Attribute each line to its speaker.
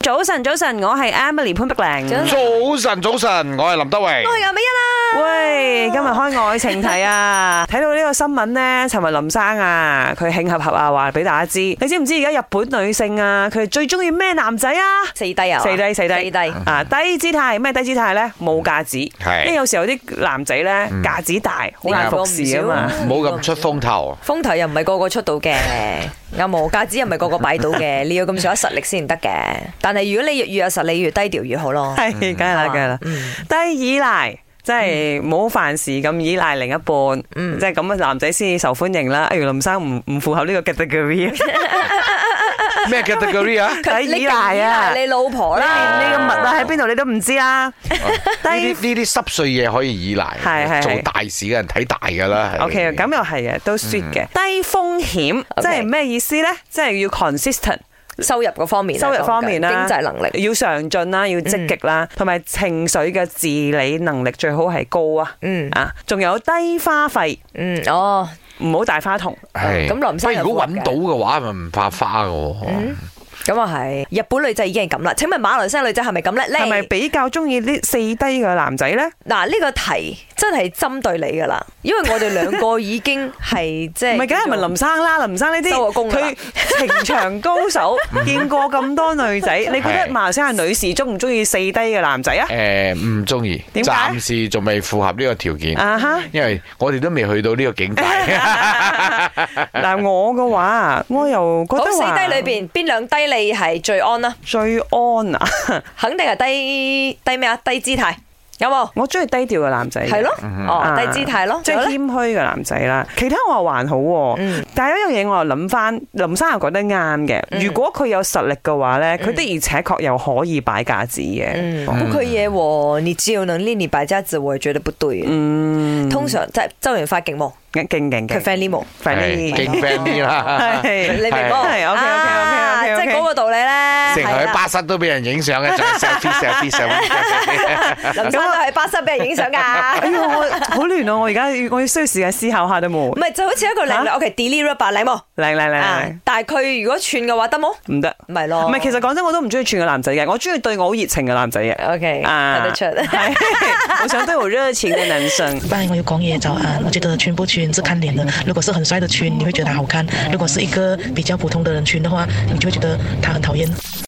Speaker 1: 早晨，早晨，我係 Emily 潘碧玲。
Speaker 2: 早晨
Speaker 3: 早晨，早晨，我係林德榮。
Speaker 2: 我係阿美欣啦。
Speaker 1: 喂，今日開愛情題啊！睇到呢個新聞呢，尋日林生啊，佢慶合合啊，話俾大家知，你知唔知而家日本女性啊，佢哋最中意咩男仔啊？
Speaker 2: 四低啊！
Speaker 1: 四低四低
Speaker 2: 四低。
Speaker 1: 啊！低姿態咩低姿態咧？冇架子，
Speaker 3: 係
Speaker 1: 因為有時候啲男仔咧架子大，好難服侍啊嘛。
Speaker 3: 唔好咁出風頭。
Speaker 2: 風頭又唔係個個出到 嘅，有冇架子又唔係個個擺到嘅，你要咁上下實力先得嘅。但係如果你越有實力，越低調越 好咯。
Speaker 1: 係，哎梗係啦，梗係啦。低依賴，即係冇凡事咁依賴另一半，即係咁嘅男仔先至受歡迎啦。哎，林生唔唔符合呢個 category 啊。
Speaker 3: 咩 category 啊？
Speaker 2: 佢
Speaker 1: 抵依賴啊
Speaker 2: 你老婆
Speaker 1: 你
Speaker 2: 啦，
Speaker 1: 連你個物啊喺邊度你都唔知啊啦。
Speaker 3: 呢啲呢啲濕碎嘢可以依賴，
Speaker 1: 係係係
Speaker 3: 做大事嘅人睇大㗎啦。係
Speaker 1: OK，咁又係嘅，都 sweet 嘅。低風險即係咩意思呢？即係要 consistent。
Speaker 2: 收入嗰方面啊，
Speaker 1: 收入方面啦，
Speaker 2: 經濟能力，
Speaker 1: 要上進啦，要積極啦，同埋、情緒嘅治理能力最好係高啊。
Speaker 2: 嗯
Speaker 1: 啊，仲有低花費，
Speaker 2: 嗯，哦，
Speaker 1: 唔好大花筒。
Speaker 3: 係
Speaker 2: 咁林生
Speaker 3: 喂
Speaker 2: 又
Speaker 3: 如果
Speaker 2: 符合
Speaker 3: 揾
Speaker 2: 嘅
Speaker 3: 到嘅話，咪唔怕花嘅喎。
Speaker 2: 咁啊係，日本女仔已經係咁啦。請問馬來西亞女仔係咪咁咧？
Speaker 1: 係咪
Speaker 2: 你
Speaker 1: 比較中意呢四低嘅男仔呢？
Speaker 2: 嗱呢個題真係針對你㗎啦，因為我哋兩個已經係即係
Speaker 1: 唔係，梗係咪林生啦？林生呢
Speaker 2: 收
Speaker 1: 啲
Speaker 2: 過工㗎啦
Speaker 1: 佢情場高手，見過咁多女仔，你覺得
Speaker 3: 係
Speaker 1: 馬來西亞女士中唔中意四低嘅男仔啊？
Speaker 3: 誒，唔中意，
Speaker 1: 點解
Speaker 3: 暫時仲未符合呢個條件，
Speaker 1: 啊哈！
Speaker 3: 因為我哋都未去到呢個 境界。
Speaker 1: 嗱，我嘅話，我又覺
Speaker 2: 好
Speaker 1: 得
Speaker 2: 四
Speaker 1: 話
Speaker 2: 低裏邊邊兩低你係最安啊啦？
Speaker 1: 最安啊！
Speaker 2: 肯定係低低咩啊？低姿態有冇？
Speaker 1: 我中意低調嘅男仔嘅，
Speaker 2: 係咯，哦，
Speaker 1: 啊
Speaker 2: 低姿態咯，
Speaker 1: 即係
Speaker 2: 仲有嗯
Speaker 1: 謙
Speaker 2: 呢
Speaker 1: 虛嘅男仔啦。其他我又還好喎，但係有一樣嘢我又諗翻，林生又覺得啱
Speaker 2: 嗯
Speaker 1: 嘅。如果佢有實力嘅話咧，佢的而且確又可以擺架子嘅。哦
Speaker 2: 嗯，不可以喎，你只有能力你擺家子，我覺得不對。啊
Speaker 1: 嗯，
Speaker 2: 通常即係周潤發勁冇，
Speaker 1: 勁勁
Speaker 2: 佢
Speaker 1: 勁
Speaker 2: friendly 冇，
Speaker 1: 快啲，
Speaker 3: 勁 friend 啲啦。
Speaker 1: 係
Speaker 2: 你明冇？
Speaker 1: 係，OK，OK，OK，OK，OK
Speaker 2: 啊即係嗰個道理咧。
Speaker 3: 成日
Speaker 2: 係
Speaker 3: 喺
Speaker 2: 啦
Speaker 3: 巴塞都俾人影相嘅，就係 selfie selfie selfie。
Speaker 2: 林生都喺巴西俾人影相
Speaker 1: 哎
Speaker 2: 㗎。
Speaker 1: 呀，我好亂啊！我而家我要需要時間思考下都冇
Speaker 2: 唔。係就好似一個靚女
Speaker 1: 嚇
Speaker 2: ，OK，delete rubber 靚冇
Speaker 1: 嚟嚟嚟
Speaker 2: 啊
Speaker 1: 嚟，，
Speaker 2: 但係佢如果串嘅話得冇？
Speaker 1: 唔得。
Speaker 2: 唔係咯，
Speaker 1: 唔係，其實講真，我都唔中意串嘅男仔嘅，我中意對我好熱情嘅男仔嘅。啊
Speaker 2: OK 睇得出。
Speaker 1: 係我想對我熱情嘅男生。
Speaker 4: 拜，我有講嘢早安。我覺得圈不圈是看臉的，如果是很帥的圈，你會覺得他好看；如果是一個比較普通的人圈的話，你就會覺得他很討厭。